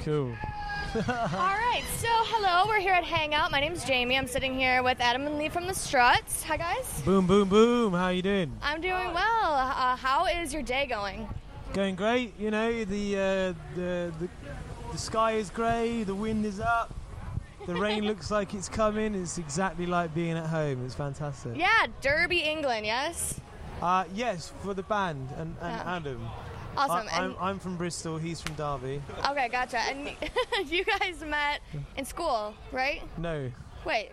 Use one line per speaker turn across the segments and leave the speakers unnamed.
Cool.
All right, so hello, we're here at Hangout. My name's Jamie. I'm sitting here with Adam and Lee from the Struts. Hi, guys.
Boom, boom, boom. How you doing?
I'm doing well. Uh, how is your day going?
Going great. You know the uh, the, the the sky is grey. The wind is up. The rain looks like it's coming. It's exactly like being at home. It's fantastic.
Yeah, Derby, England, yes?
Uh, yes, for the band and, and
Yeah.
Adam.
Awesome.
I, I'm, uh, I'm from Bristol. He's from Derby.
and, okay, gotcha. And you guys met in school, right?
No,
Wait,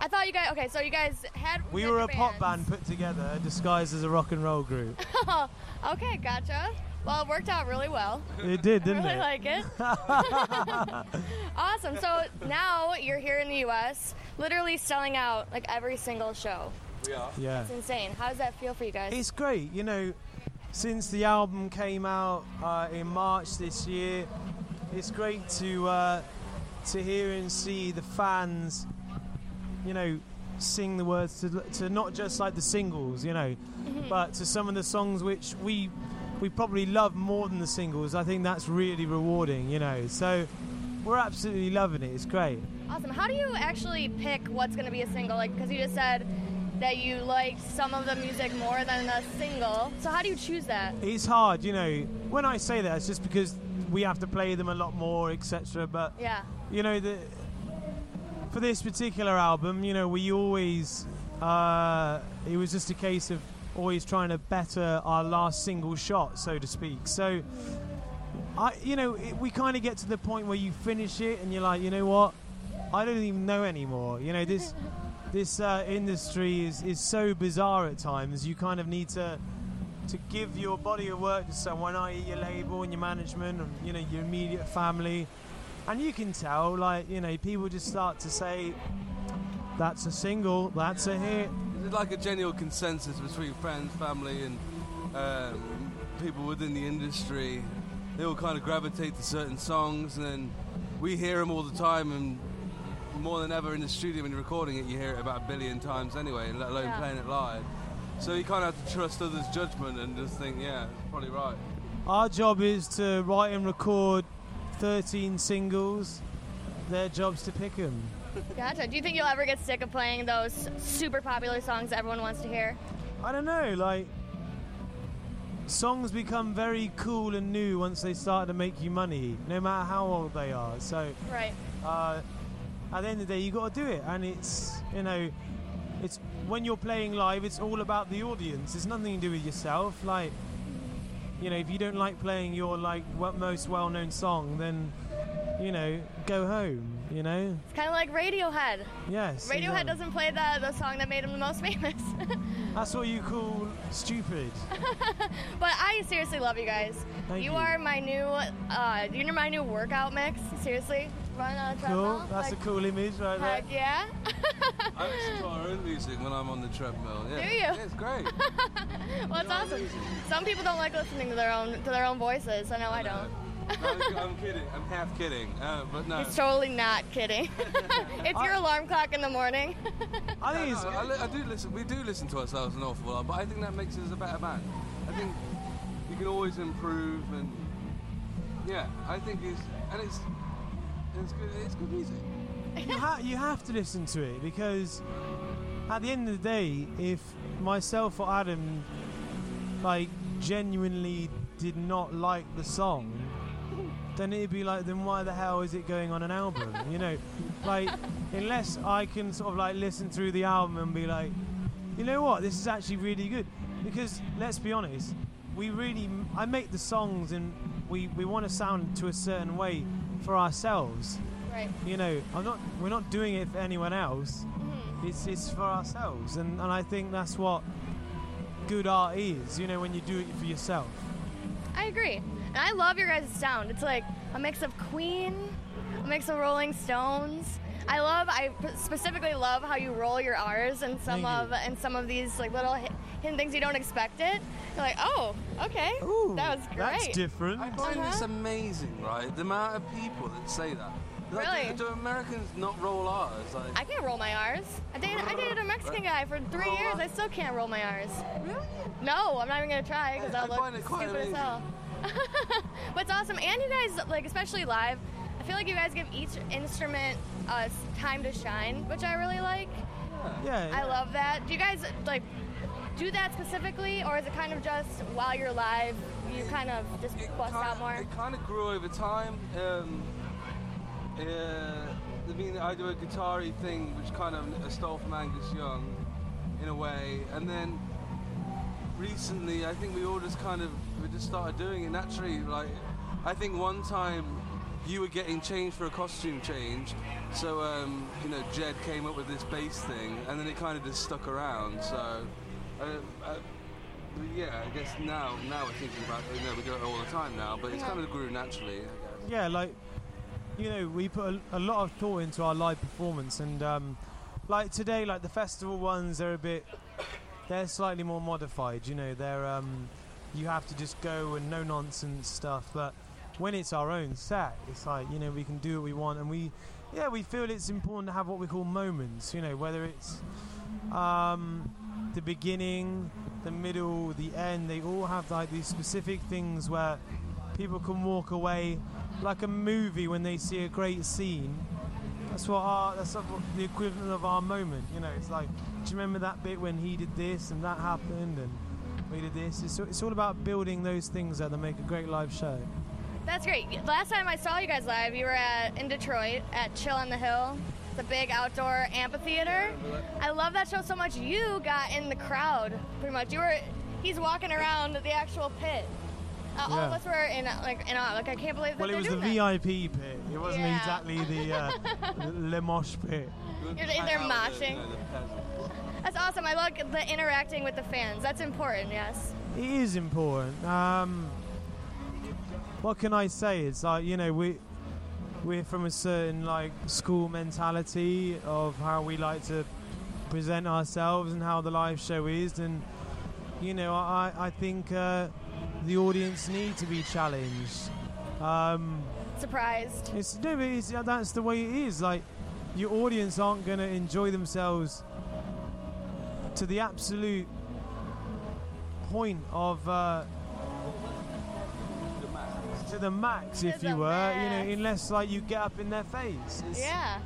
I thought you guys, okay, so you guys had.
we
had
were
your
a pop
bands.
band put together, disguised as a rock and roll group.
okay, gotcha. Well, it worked out really well.
It did,
I
didn't
really
it?
like it. awesome. So now you're here in the U.S., literally selling out like every single show.
yeah.
It's insane. How does that feel for you guys?
It's great, you know. Since the album came out uh, in March this year, it's great to uh, to hear and see the fans, you know, sing the words to, to not just like the singles, you know, but to some of the songs which we we probably love more than the singles. I think that's really rewarding, you know. So we're absolutely loving it. It's great.
awesome. How do you actually pick what's going to be a single? Like, because you just said that you liked some of the music more than the single. So how do you choose that?
It's hard, you know. When I say that, it's just because we have to play them a lot more, etc. But
Yeah.
you know the for this particular album you know we always uh, it was just a case of always trying to better our last single shot so to speak so I you know it, we kind of get to the point where you finish it and you're like you know what I don't even know anymore you know this this uh, industry is is so bizarre at times you kind of need to to give your body of work to someone, i.e., your label and your management, and you know your immediate family, and you can tell, like you know, people just start to say, "That's a single, that's a hit."
There's like a general consensus between friends, family, and um, people within the industry. They all kind of gravitate to certain songs, and then we hear them all the time. And more than ever in the studio, when you're recording it, you hear it about a billion times anyway, let alone
Yeah.
playing it live. So you kind of have to trust others' judgment and just think, yeah, it's probably right.
Our job is to write and record 13 singles. Their job's to pick them.
Gotcha. Do you think you'll ever get sick of playing those super popular songs everyone wants to hear?
I don't know, like songs become very cool and new once they start to make you money, no matter how old they are. So.
Right.
uh, at the end of the day, you got to do it, and it's you know, it's when you're playing live, it's all about the audience. It's nothing to do with yourself. Like, you know, if you don't like playing your like what most well-known song, then you know, go home. You know,
It's kind of like Radiohead.
yes.
Radiohead
exactly.
doesn't play the, the song that made him the most famous.
That's what you call stupid.
But I seriously love you guys.
Thank
you,
you.
are my new, uh, you're my new workout mix. Seriously, run on a treadmill.
cool. That's a
like,
cool image right there.
Heck yeah.
I listen to our own music when I'm on the treadmill. Yeah.
Do you?
Yeah, it's great.
well, it's awesome. Some people don't like listening to their own to their own voices. I know I don't.
I'm, I'm kidding. I'm half kidding, uh, but no.
He's totally not kidding. it's your alarm clock in the morning.
I think it's
No, I, li- I do listen. We do listen to ourselves an awful lot, but I think that makes us a better band. I think you can always improve, and yeah, I think it's and it's it's good. It's good music.
you, ha- you have to listen to it because at the end of the day, if myself or Adam like genuinely did not like the song, then it'd be like, then why the hell is it going on an album? You know, like unless I can sort of like listen through the album and be like, you know what, this is actually really good. Because let's be honest, we really I make the songs and we we want to sound to a certain way for ourselves
right.
you know, I'm not. We're not doing it for anyone else.
Mm-hmm.
It's it's for ourselves, and and I think that's what good art is. You know, when you do it for yourself.
I agree. And I love your guys' sound. It's like a mix of Queen, a mix of Rolling Stones. I love. I p- specifically love how you roll your R's and some
Thank you.
of and some of these like little hi- hidden things you don't expect it. You're like, oh, okay, that was great.
That's different.
I find
Uh-huh.
this amazing, right? The amount of people that say that. Like,
Really?
Do, do Americans not roll R's? Like,
I can't roll my R's. I dated, I dated a Mexican guy for three
Roll
years.
up.
I still can't roll my R's. Really? No, I'm not even gonna try because
I- I
I'll
find it
look
quite
stupid as
amazing.
hell. but it's awesome, and you guys like especially live. feel like you guys give each instrument uh, s- time to shine, which I really like.
Yeah.
I love that. Do you guys like do that specifically, or is it kind of just while you're live, you kind of just bust
kinda,
out more?
It kind of grew over time. Um, uh, I mean, I do a guitar thing, which kind of I stole from Angus Young, in a way. And then recently, I think we all just kind of we just started doing it naturally. Like, I think one time you were getting changed for a costume change, so um, you know Jed came up with this bass thing, and then it kind of just stuck around. So. Uh, uh, well, Yeah, I guess now now we're thinking about you know we do it all the time now, but it's kind of grew naturally. I guess.
yeah, like you know, we put a, a lot of thought into our live performance, and um, like today, like the festival ones, they're a bit, they're slightly more modified. You know, they're um, you have to just go and no nonsense stuff. But when it's our own set, it's like you know we can do what we want, and we, yeah, we feel it's important to have what we call moments. You know, whether it's um, the beginning, the middle, the end, they all have like these specific things where people can walk away like a movie when they see a great scene. That's what our that's what the equivalent of our moment. You know, it's like, do you remember that bit when he did this and that happened and we did this? It's, it's all about building those things that make a great live show.
That's great. Last time I saw you guys live, you were at in Detroit at Chill on the Hill, the big outdoor amphitheater. I love that show so much. You got in the crowd pretty much. You were he's walking around the actual pit. Uh, All of
Yeah.
us were in uh, like in awe. Like I can't believe that
Well, it
they're
was the
doing that.
VIP pit. It wasn't
Yeah.
exactly the uh, Le Mosh pit.
You're
Hang
there
out with the,
moshing.
you know, the peasants.
That's awesome. I love the interacting with the fans. That's important. Yes.
It is important. Um, what can I say? It's like you know we we're from a certain like school mentality of how we like to present ourselves and how the live show is, and you know I I think uh, the audience need to be challenged. Um,
Surprised.
it's no, but it's, that's the way it is. Like your audience aren't going to enjoy themselves to the absolute point of uh, to the max, if
To
you
the
were, you
max.
know, unless like you get up in their face. It's,
Yeah.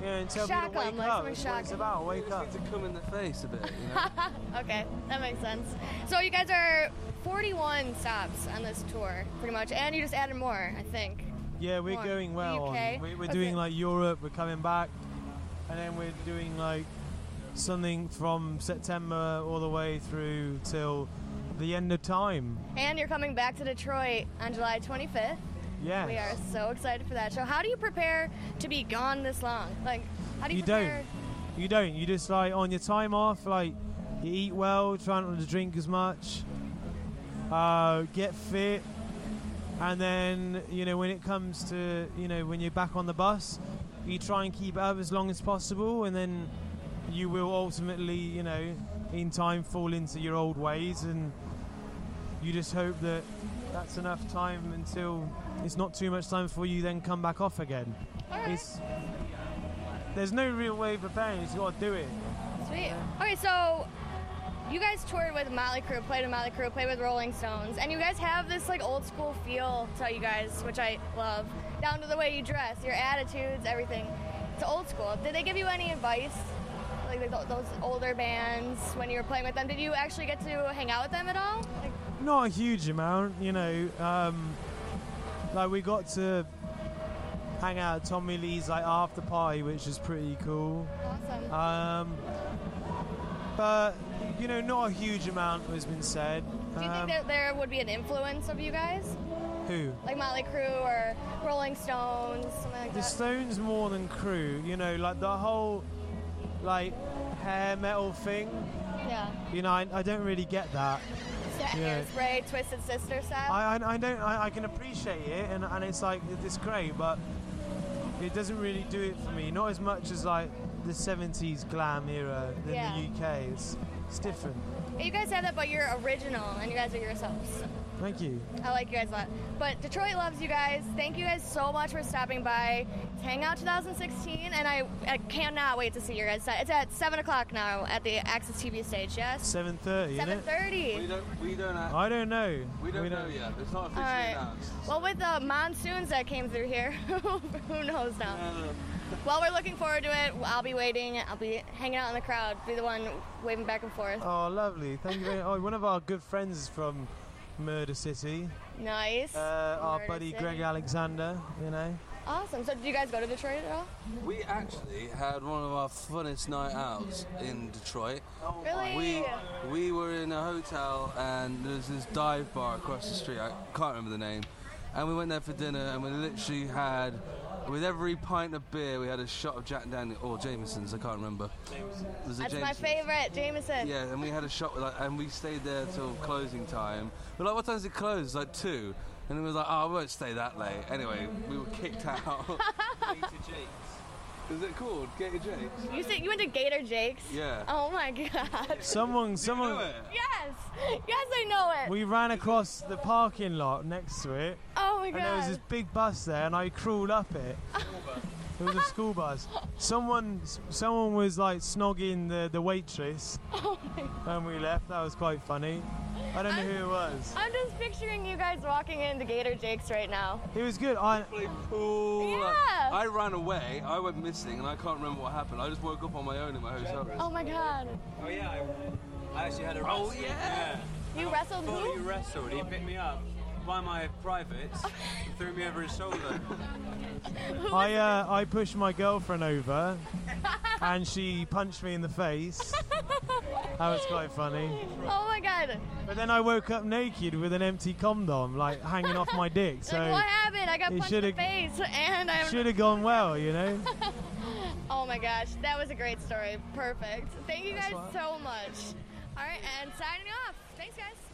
You know, and tell
Shock
people
'em,
to wake
like
up.
something
That's what it's
shocking.
about. Wake
Just
up.
need to come in the face a bit. You know?
Okay, that makes sense. So you guys are 41 stops on this tour, pretty much, and you just added more, I think.
Yeah, we're
Come on.
going well.
UK.
On. We, we're
Okay.
doing like Europe. We're coming back, and then we're doing like something from September all the way through till the end of time.
And you're coming back to Detroit on July 25th.
Yes.
We are so excited for that show. How do you prepare to be gone this long? Like, how do you,
You
prepare?
don't. You don't. You just like on your time off, like you eat well, try not to drink as much, uh, get fit, and then you know when it comes to you know when you're back on the bus, you try and keep it up as long as possible, and then you will ultimately you know in time fall into your old ways, and you just hope that that's enough time until it's not too much time for you then come back off again.
All right.
It's there's no real way of preparing. You just got to do it.
Sweet. Okay, so you guys toured with Motley Crue, played with Motley Crue, played with Rolling Stones, and you guys have this like old school feel to you guys, which I love. Down to the way you dress, your attitudes, everything. It's old school. Did they give you any advice, like th- those older bands when you were playing with them? Did you actually get to hang out with them at all? Like,
Not a huge amount, you know. Um, like we got to hang out at Tommy Lee's like after party, which is pretty cool.
awesome.
Um, but you know, not a huge amount has been said.
Do you
Um,
think that there would be an influence of you guys,
who?
like Motley Crue or Rolling Stones, something like
The
that?
Stones more than crew, you know, like the whole like hair metal thing.
yeah.
You know, I, I don't really get that. Yeah.
Hairspray, Twisted Sister style.
I, I, I don't I, I can appreciate it and, and it's like it's great but it doesn't really do it for me not as much as like the 70s glam era in
Yeah.
the UK it's, it's different
You guys have that, but you're original and you guys are yourselves.
Thank you.
I like you guys a lot. But Detroit loves you guys. Thank you guys so much for stopping by to hang out 2016, and I, I cannot wait to see your guys set. It's at 7 o'clock now at the Access TV stage, yes?
7:30, isn't it?
7.30.
We don't. We don't. Act,
I don't know.
we don't know yet. It's not officially
Alright.
announced.
Well, with the monsoons that came through here, who knows now? Well, we're looking forward to it. I'll be waiting. I'll be hanging out in the crowd, be the one waving back and forth.
Oh, lovely. Thank you very much. Oh, one of our good friends is from Murder City.
Nice.
Uh, our
Murder
buddy
City.
Greg Alexander, you know.
Awesome. So, did you guys go to Detroit at all?
we actually had one of our funnest night outs in Detroit.
Really?
We we were in a hotel and there's this dive bar across the street. I can't remember the name. And we went there for dinner and we literally had, with every pint of beer, we had a shot of Jack Daniel or Jameson's. I can't remember. It was a
That's my
Jameson's.
favorite, Jameson.
Yeah, and we had a shot with like, and we stayed there till closing time. But like, what time does it close? Like two. And it was like, oh, I won't stay that late. Anyway, we were kicked out. Is it called Gator Jake's?
You said you went to Gator Jake's.
Yeah.
Oh my God.
Someone, someone.
Yes. Yes, I know it.
We ran across the parking lot next to it,
oh my
and there was
God.
this big bus there, and I crawled up it. It was a school bus. Someone, s- someone was like snogging the, the waitress,
Oh my
and we left. That was quite funny. I don't know who it was.
I'm just picturing you guys walking into Gator Jake's right now.
It was good. I,
Play pool. like,
Yeah.
I ran away. I went missing, and I can't remember what happened. I just woke up on my own in my hotel room.
Oh my God.
Oh yeah, I, I actually had a wrestle. Oh yeah.
You wrestled
Oh,
Fully
who?
wrestled. He picked me up by my privates, and threw me over his shoulder.
I, uh, I pushed my girlfriend over, and she punched me in the face. That was quite funny.
Oh my God.
But then I woke up naked with an empty condom, like hanging off my dick. So.
like, what happened? I got
you
punched in the
shoulda-
face, and I.
Should have gone well, you know.
Oh my gosh, that was a great story. Perfect. Thank you guys so much. All right, and signing off. Thanks, guys.